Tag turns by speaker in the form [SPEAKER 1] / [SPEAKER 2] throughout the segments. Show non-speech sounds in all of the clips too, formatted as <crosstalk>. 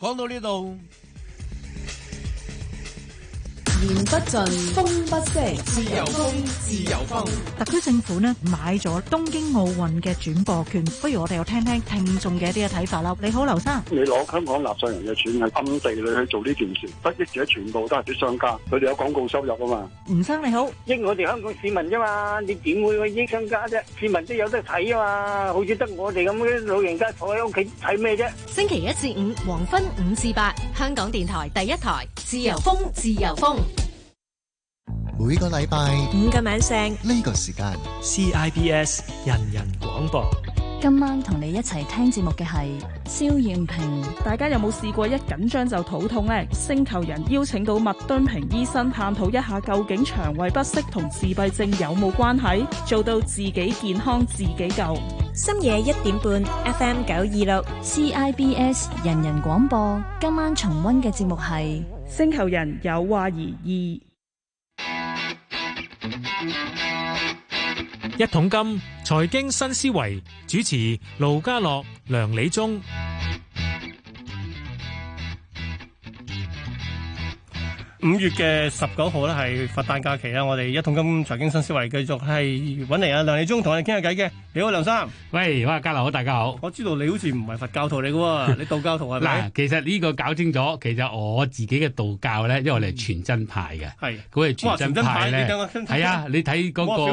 [SPEAKER 1] 講到呢度，
[SPEAKER 2] 言不盡，風不息，
[SPEAKER 3] 自由風，自由風。
[SPEAKER 4] 特區政府呢買咗東京奧運嘅轉播權，不如我哋又聽聽聽眾嘅一啲嘅睇法啦。你好，劉生。
[SPEAKER 5] 你攞香港納稅人嘅錢去暗地裏去做呢件事，得益者全部都係啲商家，佢哋有廣告收入啊嘛。
[SPEAKER 4] 吳生你好，
[SPEAKER 6] 益我哋香港市民啫嘛，你點會去益商家啫？市民都有得睇啊嘛，好似得我哋咁嘅老人家坐喺屋企睇咩啫？
[SPEAKER 7] 星期一至五黃昏五至八，香港電台第一台，自由風，自由風。
[SPEAKER 8] 每個禮拜
[SPEAKER 9] 五個晚上
[SPEAKER 8] 呢個時間
[SPEAKER 10] ，CIBS 人人廣播。
[SPEAKER 11] 今晚同你一齊聽節目嘅係蕭艷平。
[SPEAKER 12] 大家有冇試過一緊張就肚痛呢？星球人邀請到麥敦平醫生探討一下究竟腸胃不適同自閉症有冇關係，做到自己健康自己救。
[SPEAKER 9] 深夜一點半，FM 九二六
[SPEAKER 11] ，CIBS 人人廣播。今晚重溫嘅節目係
[SPEAKER 12] 星球人有話而異。
[SPEAKER 13] 一桶金財經新思維主持盧家樂、梁理中，
[SPEAKER 14] 五月嘅十九號咧係佛誕假期啦，我哋一桶金財經新思維繼續係揾嚟啊梁理中同我哋傾下偈嘅。你好，梁生。
[SPEAKER 15] <laughs> 喂，哇，家樂好，大家好。
[SPEAKER 14] 我知道你好似唔係佛教徒嚟嘅喎，你道教徒係咪？
[SPEAKER 15] 嗱，其實呢個搞清楚，其實我自己嘅道教咧，因為我哋係全真派嘅。
[SPEAKER 14] 係。
[SPEAKER 15] 佢係全真派咧。係啊，你睇嗰個，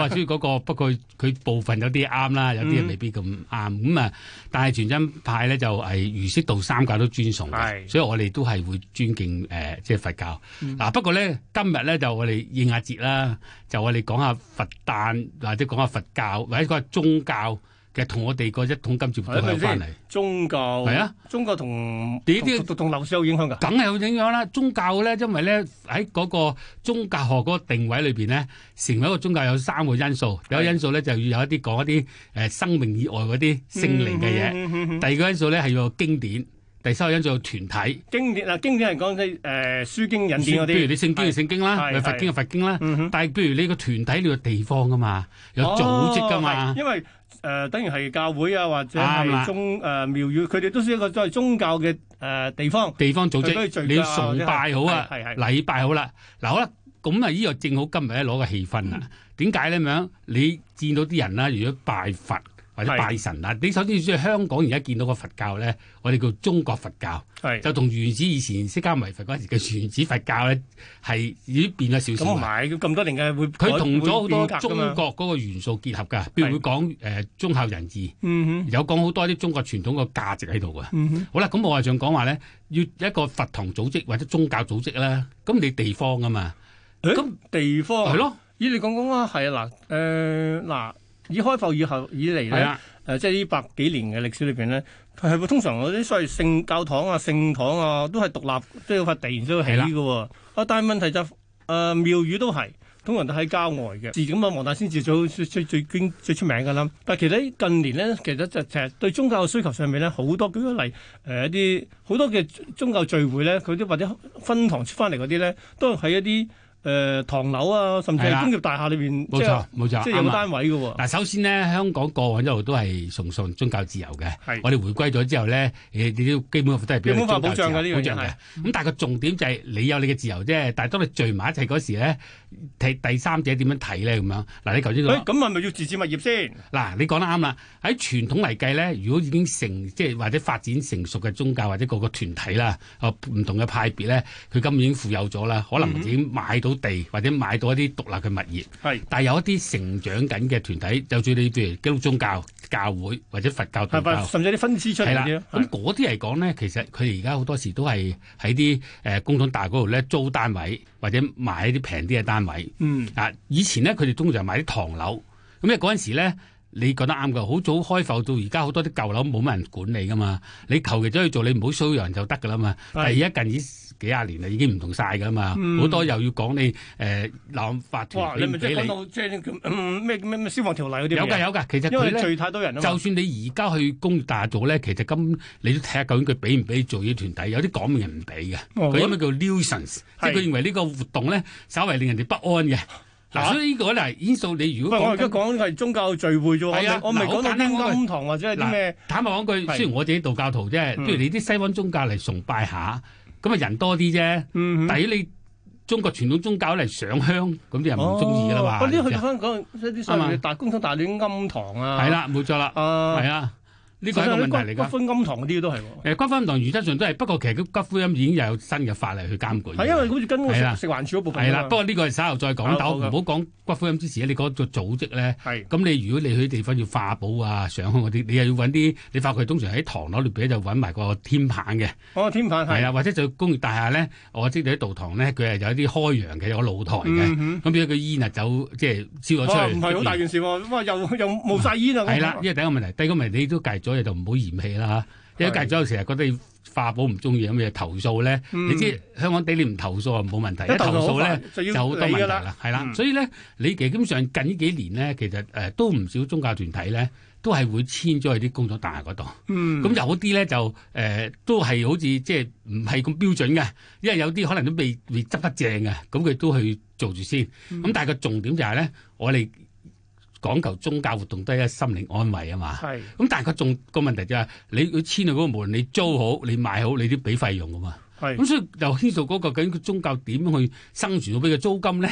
[SPEAKER 15] 哇，所以嗰個不過佢部分有啲啊啱啦，有啲未必咁啱。咁啊，但係全真派咧就係儒釋道三教都尊崇嘅，所以我哋都係會尊敬誒，即係佛教。嗱，不過咧今日咧就我哋應下節啦，就我哋講下佛誕，或者講下佛教，或者講下宗教。其實同我哋個一桶金接都有關係。
[SPEAKER 14] 宗教
[SPEAKER 15] 係啊，
[SPEAKER 14] 宗教同
[SPEAKER 15] 呢啲
[SPEAKER 14] 同樓市有影響㗎。
[SPEAKER 15] 梗係有影響啦！宗教咧，因為咧喺嗰個宗教學嗰個定位裏邊咧，成為一個宗教有三個因素。第一個因素咧就要有一啲講一啲誒生命以外嗰啲聖靈嘅嘢。嗯嗯嗯嗯、第二個因素咧係要經典。第三個因素係團體。
[SPEAKER 14] 經典嗱，經典係講啲誒書經引典嗰啲。
[SPEAKER 15] 譬如你聖經嘅聖經啦，咪佛經嘅佛經啦。但係譬如你個團體你個地方㗎嘛，有組織㗎嘛。
[SPEAKER 14] 因為誒、呃，等於係教會啊，或者係宗誒廟宇，佢哋、呃、都係一個都係宗教嘅誒、呃、地方，
[SPEAKER 15] 地方組織，你要崇拜好啊，禮拜好啦、啊。嗱好啦，咁啊，呢個正好今日咧攞個氣氛啦。啊點解咧咁樣？你見到啲人啦，如果拜佛或者拜神啦，你首先要香港而家見到個佛教咧，我哋叫中國佛教，就同原始以前釋迦牟尼佛嗰陣時嘅原始佛教咧，係已經變咗少少。
[SPEAKER 14] 咁唔係，咁多年嘅會
[SPEAKER 15] 佢同咗好多中國嗰個元素結合㗎，譬如會講呃誒忠孝仁義，
[SPEAKER 14] 嗯
[SPEAKER 15] 有講好多啲中國傳統嘅價值喺度㗎。好啦，咁我係想講話咧，要一個佛堂組織或者宗教組織啦，咁你地方啊嘛，
[SPEAKER 14] 咁地方
[SPEAKER 15] 係咯，
[SPEAKER 14] 咦你講講啊，係啊嗱，誒嗱。以開埠以後以嚟咧，誒、呃、即係呢百幾年嘅歷史裏邊咧，係會通常嗰啲所謂聖教堂啊、聖堂啊，都係獨立，即係塊地然之後起嘅喎。啊，但係問題就誒、呃、廟宇都係通常都喺郊外嘅，係咁啊，黃大仙寺最最最經最出名㗎啦。但係其實近年咧，其實就其實對宗教嘅需求上面咧，好多舉個例呃誒一啲好多嘅宗教聚會咧，佢啲或者分堂出翻嚟嗰啲咧，都喺一啲。誒、呃、唐樓啊，甚至係工業大廈裏邊，
[SPEAKER 15] 冇錯冇錯，
[SPEAKER 14] 即係有個單位嘅喎、
[SPEAKER 15] 啊。嗱，首先咧，香港過往一路都係崇尚宗教自由嘅。我哋回歸咗之後咧，你都基本都係俾宗教
[SPEAKER 14] 保障嘅呢樣嘢。
[SPEAKER 15] 咁、嗯、但係個重點就係你有你嘅自由啫。但係當你聚埋一齊嗰時咧，第第三者點樣睇咧咁樣？嗱，你頭先
[SPEAKER 14] 講，咁係咪要自置物業先？
[SPEAKER 15] 嗱，你講得啱啦。喺傳統嚟計咧，如果已經成即係或者發展成熟嘅宗教或者個個團體啦，哦唔同嘅派別咧，佢今已經富有咗啦，可能已經買到、嗯。地或者買到一啲獨立嘅物業，，
[SPEAKER 14] 係
[SPEAKER 15] 但係有一啲成長緊嘅團體，就算你譬如基督宗教教會或者佛教道教，
[SPEAKER 14] 甚至啲分支出嚟
[SPEAKER 15] 啦。咁嗰啲嚟講咧，其實佢哋而家好多時都係喺啲誒公眾大嗰度咧租單位或者買啲平啲嘅單位。
[SPEAKER 14] 嗯，
[SPEAKER 15] 啊，以前咧佢哋通常買啲唐樓，咁因為嗰陣時咧。你講得啱㗎，好早開埠到而家好多啲舊樓冇乜人管理㗎嘛，你求其走去做，你唔好騷擾人就得㗎啦嘛。但係而家近呢幾廿年啦，已經唔同晒㗎嘛，好、嗯、多又要講你誒立法團
[SPEAKER 14] 你咪即係講到即係咩咩咩消防條例嗰啲
[SPEAKER 15] 有㗎有㗎，其實
[SPEAKER 14] 因為最太多人啊
[SPEAKER 15] 就算你而家去工業大做咧，其實今你都睇下究竟佢俾唔俾做呢團體，有啲講明人唔
[SPEAKER 14] 哦
[SPEAKER 15] 啊俾嘅，佢因為叫 nuisance，即係佢認為呢個活動咧稍為令人哋不安嘅。
[SPEAKER 8] 嗱，所以呢個咧係因素，你如
[SPEAKER 14] 喂
[SPEAKER 8] 果
[SPEAKER 14] 我而家講緊係宗教聚會啫
[SPEAKER 8] 係啊
[SPEAKER 14] 喎，我未
[SPEAKER 8] 嗱好
[SPEAKER 14] 我未講到
[SPEAKER 8] 簡單
[SPEAKER 14] 啲
[SPEAKER 8] 嗰句
[SPEAKER 14] 庵堂或者係啲咩。
[SPEAKER 8] 坦白講句，雖然我自己道教徒啫，
[SPEAKER 14] 嗯
[SPEAKER 8] 不如你啲西方宗教嚟崇拜下，咁啊人多啲啫。
[SPEAKER 14] 嗯
[SPEAKER 8] 但係你中國傳統宗教嚟上香，咁啲人唔中意啦嘛。
[SPEAKER 14] 哦嗰啲去翻講啲所謂嘅大公堂、大亂庵堂啊，
[SPEAKER 8] 啊係啦，冇錯啦，係啊，呢個係一個問題嚟
[SPEAKER 14] 骨
[SPEAKER 8] 㗎。
[SPEAKER 14] 灰庵堂嗰啲都係喎，
[SPEAKER 8] 誒骨灰堂原則上都係，不過其實骨灰庵已經有新嘅法例去監管。
[SPEAKER 14] 係因為好似跟嗰個
[SPEAKER 8] 係啦
[SPEAKER 14] 食食環署嗰部分
[SPEAKER 8] 係
[SPEAKER 14] 㗎
[SPEAKER 8] 啦，
[SPEAKER 14] 嘛
[SPEAKER 8] 不過呢個係稍後再
[SPEAKER 14] 好
[SPEAKER 8] 講。但我唔好
[SPEAKER 14] 好嘅
[SPEAKER 8] 講骨灰龕之前咧，你講個組織咧，咁你如果你去啲地方要化寶啊、上香嗰啲，你又要揾啲，你發覺通常喺唐樓裏邊咧就揾埋個天棚嘅，
[SPEAKER 14] 哦天棚
[SPEAKER 8] 係啊，或者就工業大廈咧，我知道喺道堂咧，佢係有一啲開揚嘅，有個露台嘅，
[SPEAKER 14] 嗯
[SPEAKER 8] 咁變咗佢煙啊走，即係燒咗
[SPEAKER 14] 哇
[SPEAKER 8] 出去。
[SPEAKER 14] 唔係好大件事喎，哇又又冇晒煙啊！咁
[SPEAKER 8] 係啦，呢個第一個問題，第二個問題你都戒咗嘢就唔好嫌棄啦嚇，因為
[SPEAKER 14] 係
[SPEAKER 8] 戒咗成日覺得你化寶唔中意咁嘢投訴咧，
[SPEAKER 14] 嗯
[SPEAKER 8] 你知香港地你唔投訴啊冇問題，
[SPEAKER 14] 一
[SPEAKER 8] 一投
[SPEAKER 14] 投訴
[SPEAKER 8] 訴
[SPEAKER 14] 好
[SPEAKER 8] 咧
[SPEAKER 14] 煩就
[SPEAKER 8] 就
[SPEAKER 14] 要
[SPEAKER 8] 好多
[SPEAKER 14] 理
[SPEAKER 8] 問
[SPEAKER 14] 㗎
[SPEAKER 8] 題
[SPEAKER 14] 啦
[SPEAKER 8] 啦，係啦，
[SPEAKER 14] 嗯
[SPEAKER 8] 所以咧你其實基本上近呢幾年咧，其實誒都唔少宗教團體咧都係會遷咗去啲工廠大廈嗰度。
[SPEAKER 14] 嗯
[SPEAKER 8] 咁有啲咧就誒、呃都係好似即係唔係咁標準嘅，因為有啲可能都未未執得正嘅，咁佢都去做住先。咁、
[SPEAKER 14] 嗯
[SPEAKER 8] 但係個重點就係咧，我哋講求宗教活動都係一個心靈安慰啊嘛。
[SPEAKER 14] 係
[SPEAKER 8] 咁但係個重個問題就係、你佢遷去嗰個，無論你租好你買好，你都俾費用噶嘛。
[SPEAKER 14] 係
[SPEAKER 8] 咁所以就牽涉嗰、個究竟個宗教點樣去生存到俾個租金咧，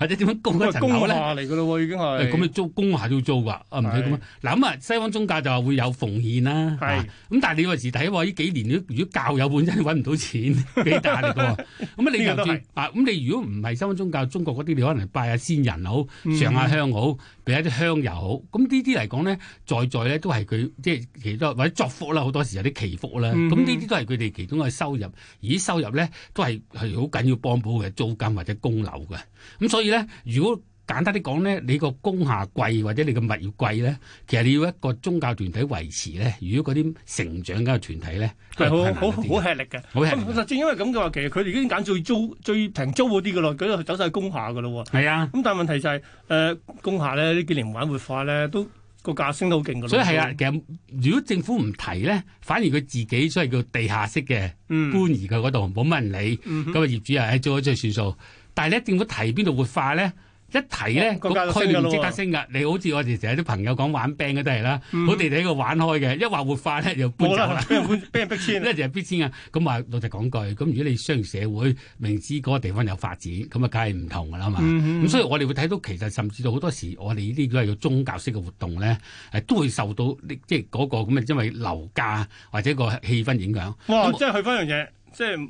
[SPEAKER 8] 或者點樣供一層樓
[SPEAKER 14] 工
[SPEAKER 8] 咧？
[SPEAKER 14] 廈嚟㗎咯喎，已經係
[SPEAKER 8] 誒咁你啊租工下都要租㗎，啊唔使咁啊。嗱咁啊，西方宗教就話會有奉獻啦，
[SPEAKER 14] 係
[SPEAKER 8] 啊咁但係你有時睇喎，呢幾年如果教友本身揾唔到
[SPEAKER 15] <laughs>
[SPEAKER 8] 錢，幾大力㗎喎。咁啊，你
[SPEAKER 14] 呢個
[SPEAKER 8] 就
[SPEAKER 14] 都係
[SPEAKER 8] 算啊，咁你如果唔係西方宗教，中國嗰啲你可能拜下先人好，
[SPEAKER 14] 嗯
[SPEAKER 8] 上下香好，俾一啲香油好。咁呢啲嚟講咧，在在咧都係佢即係其多或者作福啦，好多時有啲祈福啦。
[SPEAKER 14] 嗯
[SPEAKER 8] 咁呢啲都係佢哋其中嘅收入，而啲收入咧都係係好緊要幫補嘅租金或者供樓嘅。咁所以咧，如果簡單啲講咧，你個工廈貴或者你個物業貴咧，其實你要一個宗教團體維持咧。如果嗰啲成長緊嘅團體咧，都
[SPEAKER 14] 係好
[SPEAKER 8] 困難
[SPEAKER 14] 好
[SPEAKER 8] 一啲
[SPEAKER 14] 好吃力嘅，
[SPEAKER 8] 好吃力
[SPEAKER 14] 咁正因為咁嘅話，其實佢哋已經揀最租最平租嗰啲嘅咯，佢都走晒工廈嘅咯喎。
[SPEAKER 8] 係啊。
[SPEAKER 14] 咁但係問題就係、誒、工廈咧呢幾年玩活化咧，都個價升得好勁嘅咯。
[SPEAKER 8] 所以係啊，其實如果政府唔提咧，反而佢自己所謂叫地下式嘅
[SPEAKER 14] 嗯
[SPEAKER 8] 搬移佢嗰度冇乜人理，
[SPEAKER 14] 嗯哼
[SPEAKER 8] 咁啊業主又係做咗出去算數。但係咧，政府提邊度活化咧？一提咧，
[SPEAKER 14] 哦個價
[SPEAKER 8] 個
[SPEAKER 14] 就
[SPEAKER 8] 區
[SPEAKER 14] 升
[SPEAKER 8] 面
[SPEAKER 14] 㗎咯喎
[SPEAKER 8] 即刻升㗎。你好似我哋成日啲朋友講玩 band 嗰啲係啦，
[SPEAKER 14] 嗯
[SPEAKER 8] 好地地喺度玩開嘅，一話活化咧又搬走
[SPEAKER 14] 冇
[SPEAKER 8] 啦
[SPEAKER 14] 啦，。俾人搬俾人逼遷
[SPEAKER 8] <laughs>
[SPEAKER 14] 啦。
[SPEAKER 8] 一就係必先啊！咁話老實講句，咁如果你商業社會明知嗰個地方有發展，咁啊梗係唔同噶啦嘛。咁、
[SPEAKER 14] 嗯嗯
[SPEAKER 8] 所以我哋會睇到其實甚至到好多時，我哋呢啲都係個宗教式嘅活動咧，誒都會受到呢即係嗰個咁嘅因為樓價或者個氣氛影響。
[SPEAKER 14] 哇！
[SPEAKER 8] 咁
[SPEAKER 14] 即係去翻樣嘢，即係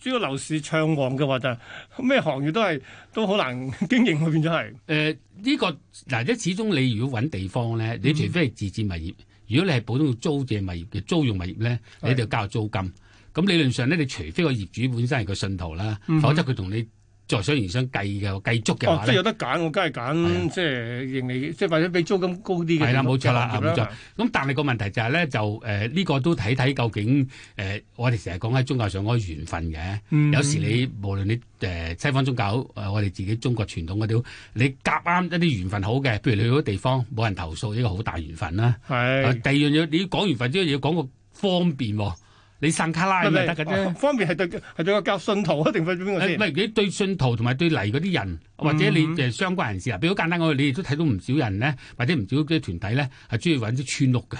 [SPEAKER 14] 主要樓市暢旺嘅話就係咩行業都係都好難 <laughs> 經營喎，變咗係。
[SPEAKER 8] 誒呢個嗱，即係始終你如果揾地方咧，你除非係自置物業，如果你係普通租借物業嘅租用物業咧，
[SPEAKER 14] 係
[SPEAKER 8] 你就交租金。咁理論上咧，你除非個業主本身係個信徒啦，
[SPEAKER 14] 嗯哼
[SPEAKER 8] 否則佢同你在商言商計嘅計足嘅
[SPEAKER 14] 哦，
[SPEAKER 8] 話
[SPEAKER 14] 即係
[SPEAKER 8] 咧
[SPEAKER 14] 有，得揀，我梗
[SPEAKER 8] 係
[SPEAKER 14] 係揀即係盈利，即係或者比租金高啲嘅。
[SPEAKER 8] 係啦，冇錯啦，
[SPEAKER 14] 嘅
[SPEAKER 8] 啊
[SPEAKER 14] 行
[SPEAKER 8] 冇
[SPEAKER 14] 業
[SPEAKER 8] 錯。咁但係個問題就係咧，就誒呢、個都睇睇究竟誒、呃我哋成日講喺宗教上嗰個緣分嘅。
[SPEAKER 14] 嗯
[SPEAKER 8] 有時你無論你誒、呃西方宗教誒、呃我哋自己中國傳統嗰啲，你夾啱一啲緣分好嘅，譬如你去嗰啲地方冇人投訴，呢個好大緣分啦。
[SPEAKER 14] 係
[SPEAKER 8] 啊第二樣嘢，你要講緣分之後，要講個方便喎。你散卡拉咁咪得嘅啫。
[SPEAKER 14] 方便係對係對個教信徒啊，定係邊個
[SPEAKER 8] 誒
[SPEAKER 14] 先
[SPEAKER 8] 唔？係你對信徒同埋對嚟嗰啲人，或者你
[SPEAKER 14] 嗯
[SPEAKER 8] 誒相關人士啊，比如好簡單講，你哋都睇到唔少人咧，或者唔少啲團體咧，係中意揾啲村屋嘅。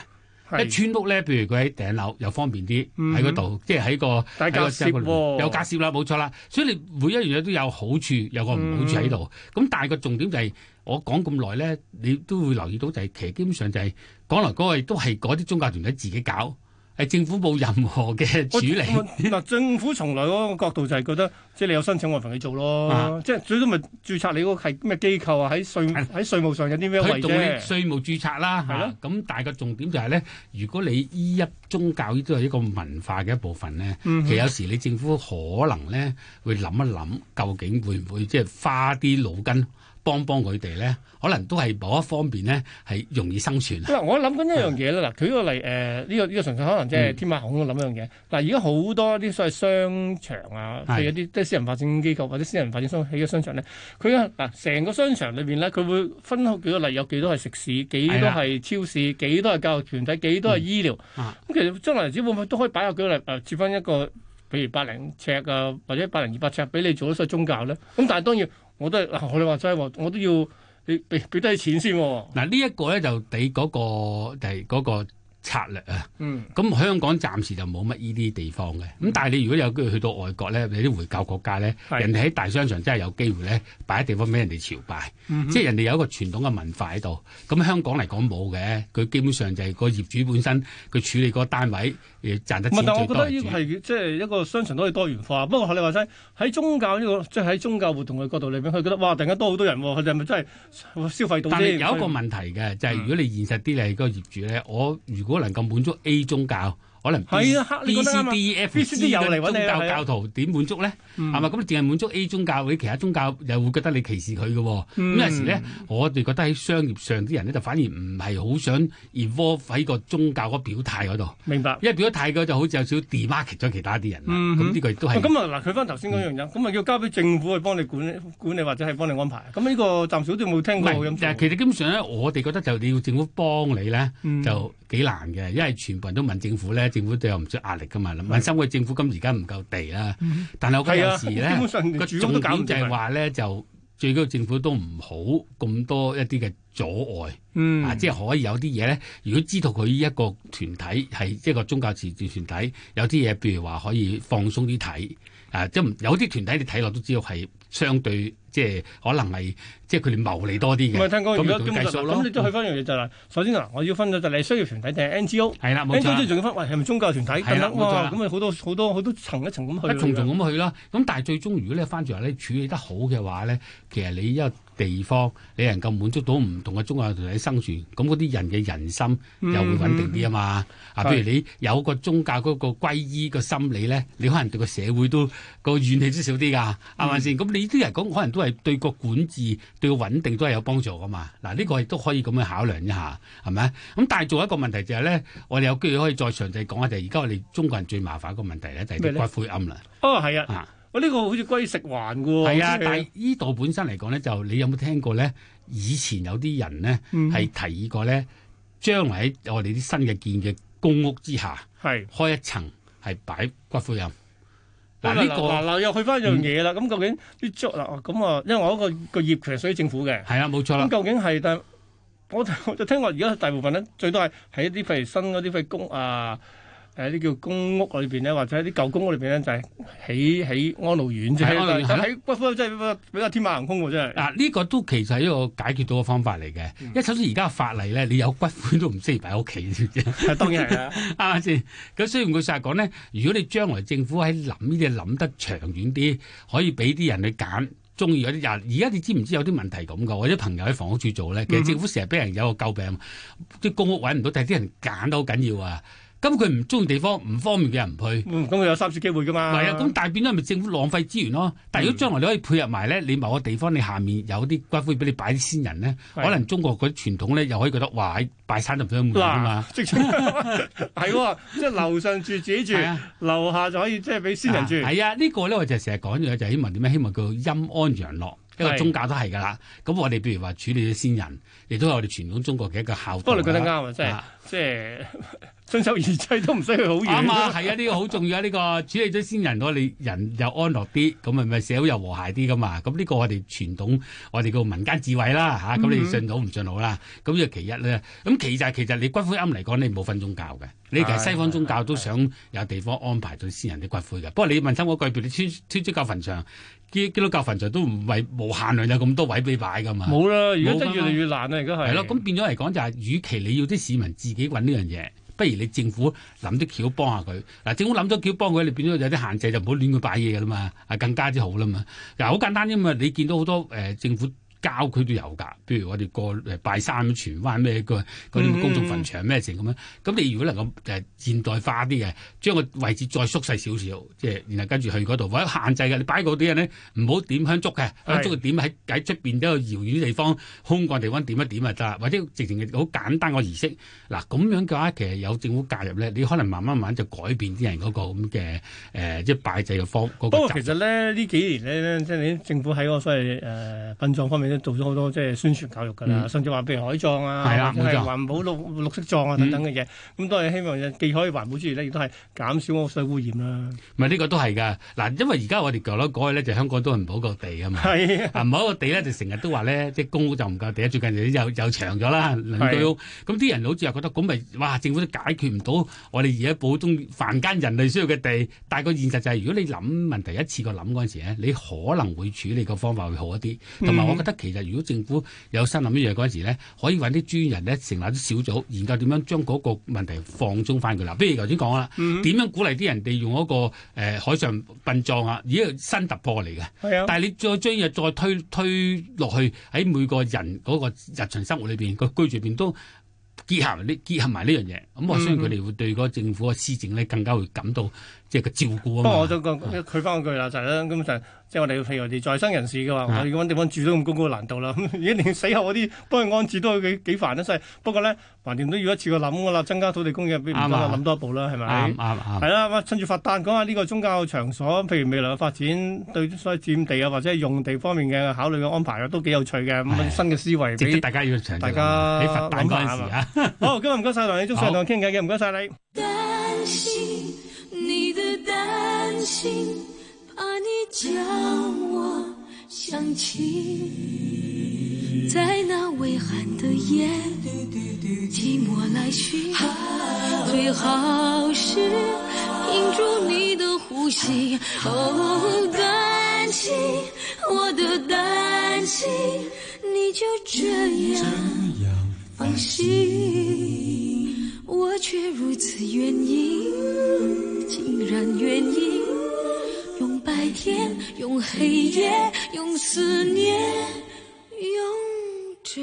[SPEAKER 14] 係
[SPEAKER 8] 一村屋咧，譬如佢喺頂樓又方便啲，
[SPEAKER 14] 嗯
[SPEAKER 8] 喺嗰度即係喺個
[SPEAKER 14] 但係
[SPEAKER 8] 喺個
[SPEAKER 14] 隔涉喎
[SPEAKER 8] 有隔涉啦，冇錯啦。所以你每一樣嘢都有好處，有個唔好處喺度。咁、
[SPEAKER 14] 嗯
[SPEAKER 8] 但係個重點就係、我講咁耐咧，你都會留意到就係、其實基本上就係、講嚟講去都係嗰啲宗教團體自己搞，係政府冇任何嘅處理。
[SPEAKER 14] 我嗱，政府從來嗰個角度就係覺得，即係你有申請，我同你做咯
[SPEAKER 8] 啊。
[SPEAKER 14] 即係最多咪註冊你嗰個係咩機構啊？喺稅喺稅務上有啲咩
[SPEAKER 8] 推
[SPEAKER 14] 位
[SPEAKER 8] 動你
[SPEAKER 14] 啫？
[SPEAKER 8] 稅務註冊啦
[SPEAKER 14] 係咯
[SPEAKER 8] 嚇，咁、但係個重點就係、咧，如果你依一宗教呢都係一個文化嘅一部分咧，
[SPEAKER 14] 嗯哼
[SPEAKER 8] 其實有時你政府可能咧會諗一諗，究竟會唔會即係花啲腦筋幫幫佢哋咧？可能都係某一方面咧係容易生存。
[SPEAKER 14] 嗱，我諗緊一樣嘢啦。嗱，舉個例，誒、呢個呢、個純粹可能即
[SPEAKER 8] 嗯
[SPEAKER 14] 係天馬行空諗一樣嘢。嗱，而家好多啲所謂商場啊，譬
[SPEAKER 8] 係
[SPEAKER 14] 如一啲即係私人發展機構或者私人發展商起嘅商場咧，佢啊嗱成個商場裏邊咧，佢會分開幾個例，有幾多係食肆，幾多
[SPEAKER 8] 係啦
[SPEAKER 14] 係超市，幾多係教育團體，幾多係醫療。
[SPEAKER 8] 啊
[SPEAKER 14] 咁其實將來日子會唔會都可以擺下舉例誒、呃設啊翻一個，譬如百零尺啊，或者百零二百尺俾你做一所宗教咧？咁但係當然，我都係嗱，我哋話齋喎，我都要你俾俾低錢先喎。
[SPEAKER 8] 嗱呢一個咧就你嗰、個就係嗰個策略啊。
[SPEAKER 14] 嗯，
[SPEAKER 8] 咁香港暫時就冇乜呢啲地方嘅，咁但係你如果有機會去到外國咧，你啲回教國家咧，
[SPEAKER 14] 係
[SPEAKER 8] 人哋喺大商場真係有機會咧擺喺地方俾人哋朝拜，
[SPEAKER 14] 嗯哼
[SPEAKER 8] 即係人哋有一個傳統嘅文化喺度。咁香港嚟講冇嘅，佢基本上就係個業主本身佢處理嗰個單位誒賺得
[SPEAKER 14] 唔係，
[SPEAKER 8] 錢
[SPEAKER 14] 但
[SPEAKER 8] 最
[SPEAKER 14] 我覺
[SPEAKER 8] 多
[SPEAKER 14] 得
[SPEAKER 8] 係
[SPEAKER 14] 呢個
[SPEAKER 8] 主。
[SPEAKER 14] 係即係一個商場都可以多元化。不過學你話齋喺宗教呢、個即係喺宗教活動嘅角度裏邊，佢覺得哇，突然間多好多人喎，佢哋係咪真係消費到
[SPEAKER 8] 但係有
[SPEAKER 14] 先
[SPEAKER 8] 一個問題嘅，就係、如果你現實啲你係個業主咧，我如果能夠滿足 A 宗教，可能 B、
[SPEAKER 14] 係啊你
[SPEAKER 8] B、
[SPEAKER 14] 覺得
[SPEAKER 8] ，E C、
[SPEAKER 14] 啱啊
[SPEAKER 8] D、F、
[SPEAKER 14] B
[SPEAKER 8] G
[SPEAKER 14] C D 又嚟揾
[SPEAKER 8] 嘅
[SPEAKER 14] 你
[SPEAKER 8] 宗
[SPEAKER 14] 啊
[SPEAKER 8] 教
[SPEAKER 14] 係啊
[SPEAKER 8] 教徒點滿足咧？
[SPEAKER 14] 嗯
[SPEAKER 8] 係嘛？咁你淨係滿足 A 宗教，你其他宗教又會覺得你歧視佢嘅喎。咁
[SPEAKER 14] 嗯
[SPEAKER 8] 有陣時咧，我哋覺得喺商業上啲人咧，就反而唔係好想 involve 喺個宗教嗰表態嗰度，
[SPEAKER 14] 明白。
[SPEAKER 8] 因為表咗態嗰就好似有少少 demarket 咗其他啲人啦。
[SPEAKER 14] 嗯哼
[SPEAKER 8] 咁呢個亦都係
[SPEAKER 14] 咁啊嗱，佢翻頭先嗰樣嘢，咁啊要交俾政府去幫你管理管理或者係幫你安排。咁呢個暫時都冇聽
[SPEAKER 8] 唔
[SPEAKER 14] 過
[SPEAKER 8] 係
[SPEAKER 14] 咁做。
[SPEAKER 8] 但係其實基本上咧，我哋覺得就你要政府幫你咧，
[SPEAKER 14] 嗯
[SPEAKER 8] 就幾難嘅，因為全部人都問政府咧，政府都有唔少壓力噶嘛。問心嘅政府咁而家唔夠地啦，
[SPEAKER 14] 嗯
[SPEAKER 8] 但係我覺得
[SPEAKER 14] 係啊
[SPEAKER 8] 有時
[SPEAKER 14] 基本上
[SPEAKER 8] 咧
[SPEAKER 14] 連
[SPEAKER 8] 個
[SPEAKER 14] 住屋都
[SPEAKER 8] 重
[SPEAKER 14] 搞唔掂啊
[SPEAKER 8] 點就係話咧，就最緊要政府都唔好咁多一啲嘅阻礙。
[SPEAKER 14] 嗯
[SPEAKER 8] 啊，即係可以有啲嘢咧。如果知道佢呢一個團體係一個宗教慈善團體，有啲嘢譬如話可以放鬆啲睇，啊，即係唔有啲團體你睇落都知道係相對即係可能係即係佢哋牟利多啲
[SPEAKER 14] 唔
[SPEAKER 8] 嘅。
[SPEAKER 14] 係聽
[SPEAKER 8] 咁
[SPEAKER 14] 講，如
[SPEAKER 8] 咪
[SPEAKER 14] 果基本
[SPEAKER 8] 計數
[SPEAKER 14] 上
[SPEAKER 8] 咯
[SPEAKER 14] 咁，你都去翻一樣嘢就係，首先嗱，我要分咗就係商業團體定係 NGO。
[SPEAKER 8] 係啦，冇
[SPEAKER 14] NGO 即係
[SPEAKER 8] 錯
[SPEAKER 14] 仲要分，喂係咪宗教團體
[SPEAKER 8] 係
[SPEAKER 14] 等
[SPEAKER 8] 啦冇
[SPEAKER 14] 等？
[SPEAKER 8] 錯
[SPEAKER 14] 哇，
[SPEAKER 8] 啦
[SPEAKER 14] 咁啊好多好多好多層一層咁
[SPEAKER 8] 啦，
[SPEAKER 14] 去。
[SPEAKER 8] 一啊重重咁去啦。咁但係最終如果你翻轉嚟咧處理得好嘅話咧，其實你一個地方你能夠滿足到唔同嘅宗教團體生存，咁嗰啲人嘅人心
[SPEAKER 14] 嗯
[SPEAKER 8] 又會穩定啲啊嘛。啊，譬如你有個宗教嗰個歸依個心理咧，你可能對個社會都個怨氣都少啲㗎，啱
[SPEAKER 14] 嗯
[SPEAKER 8] 唔啱先？咁你啲人講可能都係對個管治、對個穩定都係有幫助噶嘛。嗱，呢個亦都可以咁樣考量一下，係咪？咁但係仲有一個問題就係咧，我哋有機會可以再詳細講下，就係而家我哋中國人最麻煩一個問題咧，就係
[SPEAKER 14] 咩
[SPEAKER 8] 啲
[SPEAKER 14] 咧
[SPEAKER 8] 骨灰庵啦。
[SPEAKER 14] 哦，係啊
[SPEAKER 8] 啊，
[SPEAKER 14] 我呢個好似歸食環嘅喎。
[SPEAKER 8] 係啊，
[SPEAKER 14] 哦即
[SPEAKER 8] 但係呢度本身嚟講咧，就你有冇聽過咧？以前有啲人咧
[SPEAKER 14] 嗯
[SPEAKER 8] 係提議過咧，將來喺我哋啲新嘅建嘅公屋之下，
[SPEAKER 14] 係
[SPEAKER 8] 開一層係擺骨灰庵。
[SPEAKER 14] 嗱
[SPEAKER 8] 嗱
[SPEAKER 14] 呢
[SPEAKER 8] 呢
[SPEAKER 14] 個
[SPEAKER 8] 個
[SPEAKER 14] 嗱嗱又去翻一樣嘢啦，咁究竟啲租嗱咁啊，因為我嗰個個業權係屬於政府嘅，
[SPEAKER 8] 係啊，冇錯啦
[SPEAKER 14] 咁。究竟係但我我就聽話而家大部分咧最多係喺啲譬如新嗰啲譬如公啊誒啲叫公屋裏邊咧，或者喺啲舊公屋裏邊咧就係起起安老院啫，
[SPEAKER 8] 係安老院
[SPEAKER 14] 但
[SPEAKER 8] 係啦
[SPEAKER 14] 係喺骨灰真係比較天馬行空喎，真係。
[SPEAKER 8] 嗱，呢個都其實係一個解決到嘅方法嚟嘅，
[SPEAKER 14] 嗯
[SPEAKER 8] 因為首先而家嘅法例咧，你有骨灰都唔適宜擺喺屋企，知唔知啊？
[SPEAKER 14] 係當然係啦，
[SPEAKER 8] <laughs> 啱唔啱啊先？咁雖然佢成日講咧，如果你將來政府喺諗呢啲諗得長遠啲，可以俾啲人去揀。中意嗰啲人，而家你知唔知有啲問題咁噶？我啲朋友喺房屋處做咧，其
[SPEAKER 14] 嗯哼
[SPEAKER 8] 實政府成日俾人有個詬病，啲公屋揾唔到，但係啲人揀都好緊要啊。咁佢唔中意地方，唔方便嘅人唔去。
[SPEAKER 14] 嗯咁佢有三次機會噶嘛。
[SPEAKER 8] 係啊，咁但係變咗咪政府浪費資源咯？但係如果將來你可以配合埋咧，你某個地方你下面有啲骨灰俾你擺啲先人咧，
[SPEAKER 14] 係
[SPEAKER 8] 可能中國嗰啲傳統咧又可以覺得哇，喺拜山就唔想門啊嘛。<laughs>
[SPEAKER 14] 直情係喎，即係樓上住自己住
[SPEAKER 8] 係啊，
[SPEAKER 14] 樓下就可以即係俾先人住。
[SPEAKER 8] 啊係啊，呢個咧我就成日講嘅就係希望點樣？希望叫陰安陽樂，一個
[SPEAKER 14] 係
[SPEAKER 8] 宗教都係㗎啦。咁我哋譬如話處理啲先人，亦都係我哋傳統中國嘅一個孝道啦。
[SPEAKER 14] 不過你覺得啱啊，真係即係遵守義制都唔需要好遠。
[SPEAKER 8] 啱啊，係啊，呢個好重要啊！呢個處理咗先人，我哋人又安樂啲，咁咪咪社會又和諧啲噶嘛。咁呢個我哋傳統，我哋個民間智慧啦吓，咁
[SPEAKER 14] 嗯
[SPEAKER 8] 你信好唔信好啦。咁呢個其一咧，咁其就係其實你骨灰庵嚟講，你冇分宗教嘅，你其實西方宗教都想有地方安排到先人啲骨灰嘅。不過你問心嗰句，譬如你天天主教墳場、基基督教墳場都唔係無限量有咁多位俾擺噶嘛。
[SPEAKER 14] 冇啦，而家
[SPEAKER 8] 冇
[SPEAKER 14] 真係
[SPEAKER 8] 㗎嘛
[SPEAKER 14] 越嚟越難啦，啊而家係。
[SPEAKER 8] 係咯，咁變咗嚟講就係、與其你要啲市民自己揾呢樣嘢，不如你政府諗啲橋幫下佢。嗱，政府諗咗橋幫佢，你變咗有啲限制，就唔好亂佢擺嘢噶啦嘛，啊更加之好啦嘛。嗱，好簡單啫嘛，你見到好多誒、呃政府。郊區都有㗎，譬如我哋過誒拜山咁、荃灣咩個嗰啲公眾墳場咩成咁樣。咁你如果能夠誒現代化啲嘅，將個位置再縮細少少，即係然後跟住去嗰度，或者限制嘅，你擺嗰啲人咧唔好點香燭嘅，香燭點喺喺出邊一個遙遠地方空曠地方點一點就得啦，或者直情係好簡單個儀式。嗱咁樣嘅話，其實有政府介入咧，你可能慢慢慢慢就改變啲人嗰個咁嘅誒，即係拜祭嘅方嗰、個
[SPEAKER 14] 不過
[SPEAKER 8] 習
[SPEAKER 14] 呃其實咧呢幾年咧，即係你政府喺嗰個所謂誒殯葬方面咧，都做咗好多即係宣傳教育㗎啦，
[SPEAKER 8] 嗯
[SPEAKER 14] 甚至話譬如海葬
[SPEAKER 8] 係
[SPEAKER 14] 啊，
[SPEAKER 8] 啦
[SPEAKER 14] 或者
[SPEAKER 8] 冇
[SPEAKER 14] 係
[SPEAKER 8] 錯嗯
[SPEAKER 14] 環保綠綠色葬啊等等嘅嘢，咁都係希望既可以環保之餘咧，亦都係減少我水污染啦。
[SPEAKER 8] 唔係呢個都係㗎，嗱，因為而家我哋舊樓改咧，就香港都係唔好個地啊嘛。
[SPEAKER 14] 係
[SPEAKER 8] 啊，唔好個地咧，就成日都話咧，即係公屋就唔夠地，最近又又長咗啦，鄰居屋。咁啲人好似又覺得咁咪，哇！政府都解決唔到我哋而家普通凡間人類需要嘅地。但係個現實就係、如果你諗問題一次過諗嗰陣時咧，你可能會處理個方法會好一啲。同埋，
[SPEAKER 14] 嗯
[SPEAKER 8] 我覺得其實如果政府有心諗呢樣嗰陣時咧，可以揾啲專人咧成立啲小組，研究點樣將嗰個問題放鬆翻佢啦。譬如頭先講啦，點、
[SPEAKER 14] 嗯
[SPEAKER 8] 樣鼓勵啲人哋用嗰、個、呃、海上殯葬啊，而家新突破嚟嘅。
[SPEAKER 14] 係啊
[SPEAKER 8] 但係你再將嘢再推推落去喺每個人嗰個日常生活裏邊個居住邊都結合呢結合埋呢樣嘢，咁我相信佢哋會對嗰個政府嘅施政咧更加會感到即係個照顧啊
[SPEAKER 14] 不過我
[SPEAKER 8] 嘛。
[SPEAKER 14] 都講佢翻嗰句啦，就係咧，咁就係即係我哋譬如我哋在生人士嘅話，
[SPEAKER 8] 啊
[SPEAKER 14] 我哋要揾地方住都咁高高難度啦。咁 <laughs> 而家連死後嗰啲幫佢安置都幾幾煩啦，所以不過咧，橫掂都要一次過諗噶啦，增加土地供應，不如唔
[SPEAKER 8] 啱
[SPEAKER 14] 該
[SPEAKER 8] 啊
[SPEAKER 14] 諗多一步啦，係咪？
[SPEAKER 8] 啱啱啱
[SPEAKER 14] 係啦，咁啊趁住發單講下呢個宗教場所，譬如未來嘅發展對所謂佔地啊或者係用地方面嘅考慮嘅安排啊，都幾有趣嘅。咁新嘅思維
[SPEAKER 8] 值
[SPEAKER 14] 俾
[SPEAKER 8] 得大家要長
[SPEAKER 14] 大家
[SPEAKER 8] 喺佛誕嗰陣時啊。
[SPEAKER 14] 好，今日唔該晒梁李忠上堂傾偈嘅，唔該晒你。
[SPEAKER 4] 担心你的担心，怕你将我想起，在那微寒的夜里，寂寞来袭，最好是屏住你的呼吸。哦，担心我的担心，你就这样放心。我却如此愿意，竟然愿意用白天，用黑夜，用思念，用着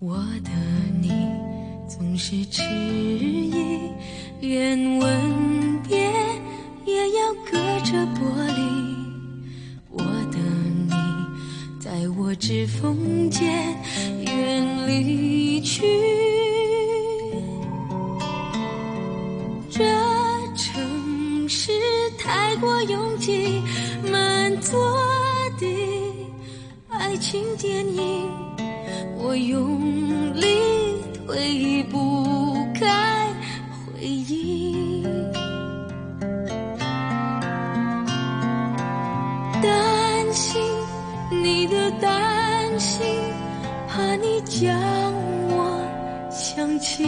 [SPEAKER 4] 我的你，总是迟疑，连吻别也要隔着玻璃。我的你，在我指缝间远离去。这城市太过拥挤，满座的爱情电影。我用力推不开回忆，担心你的担心，怕你将我想起，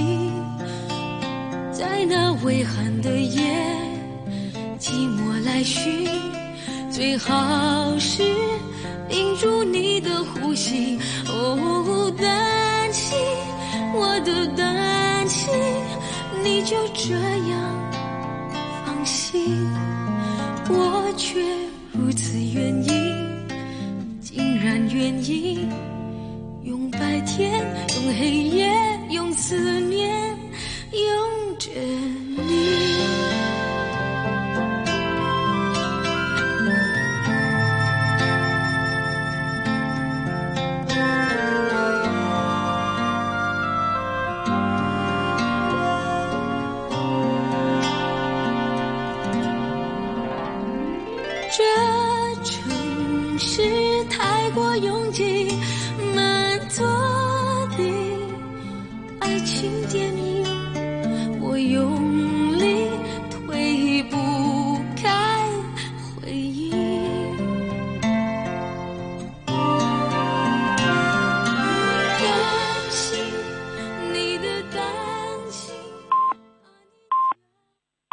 [SPEAKER 4] 在那微寒的夜，寂寞来袭，最好是。屏住你的呼吸。哦，担心我的担心，你就这样放心，我却如此愿意，竟然愿意用白天，用黑夜，用思念，用着你。这城市太过拥挤，